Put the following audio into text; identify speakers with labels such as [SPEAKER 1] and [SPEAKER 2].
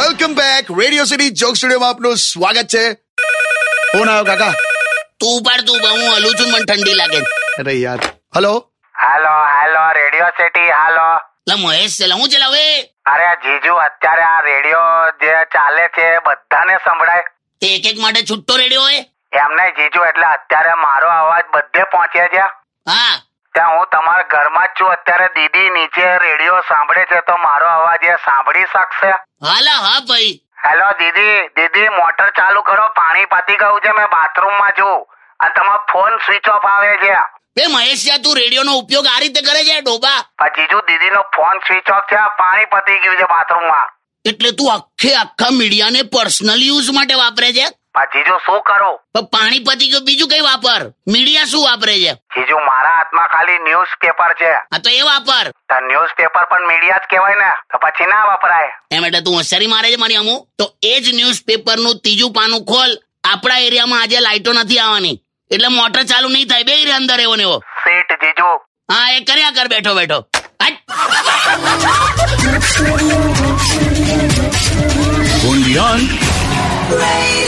[SPEAKER 1] Back radio city joke સ્ટુડિયોમાં આપનું સ્વાગત છે ફોન આવ્યો કાકા
[SPEAKER 2] તું ઉપાડ તું ઉપાડ. હું હલું છું ને મને ઠંડી લાગે
[SPEAKER 1] અરે યાર hello
[SPEAKER 3] hello hello radio city hello
[SPEAKER 2] લા મહેશ છે લા, હું ચલાવે
[SPEAKER 3] અરે જીજુ અત્યારે આ રેડિયો જે ચાલે છે એ બધાને સંભળાય
[SPEAKER 2] તે એક એક માટે છૂટો રેડિયો હોય
[SPEAKER 3] એમને જીજુ એટલે અત્યારે મારો અવાજ બધે પહોંચે છે
[SPEAKER 2] હા
[SPEAKER 3] ત્યાં હું તમારા ઘરમાં જ છું અત્યારે દીદી નીચે રેડિયો સાંભળે છે તો મારો અવાજ એ સાંભળી શકશે
[SPEAKER 2] હા લા હા ભાઈ
[SPEAKER 3] હેલો દીદી દીદી મોટર ચાલુ કરો પાણી પતી ગયું છે મેં બાથરૂમમાં છું અને તમારો ફોન સ્વિચ ઓફ આવે છે
[SPEAKER 2] બે મહેશ યાર તું રેડિયોનો ઉપયોગ આ રીતે કરે છે ડોબા
[SPEAKER 3] પણ જીજુ દીદીનો ફોન સ્વિચ ઓફ છે પાણી પતી ગયું છે બાથરૂમમાં
[SPEAKER 2] એટલે તું આખે આખા મીડિયાને પર્સનલ યુઝ માટે વાપરે છે
[SPEAKER 3] પણ જીજુ શું કરું
[SPEAKER 2] પણ પાણી પતી ગયું બીજું કઈ વાપર મીડિયા શું વાપરે છે
[SPEAKER 3] જીજુ મારા હાથમાં ખાલી ન્યૂઝ પેપર છે
[SPEAKER 2] આ તો એ વાપર
[SPEAKER 3] તો ન્યૂઝ પેપર પણ મીડિયા જ કહેવાય ને તો પછી ના વપરાય
[SPEAKER 2] એમ એટલે તું હોશિયારી મારે છે મારી અમુ તો એ જ ન્યૂઝપેપર નું ત્રીજું પાનું ખોલ આપણા એરિયામાં આજે લાઇટો નથી આવવાની એટલે મોટર ચાલુ નહીં થાય બે અંદર એવો ને એવો
[SPEAKER 3] સેટ જીજુ
[SPEAKER 2] હા એ કર્યા કર બેઠો બેઠો હટ.
[SPEAKER 4] Beyond.
[SPEAKER 5] Radio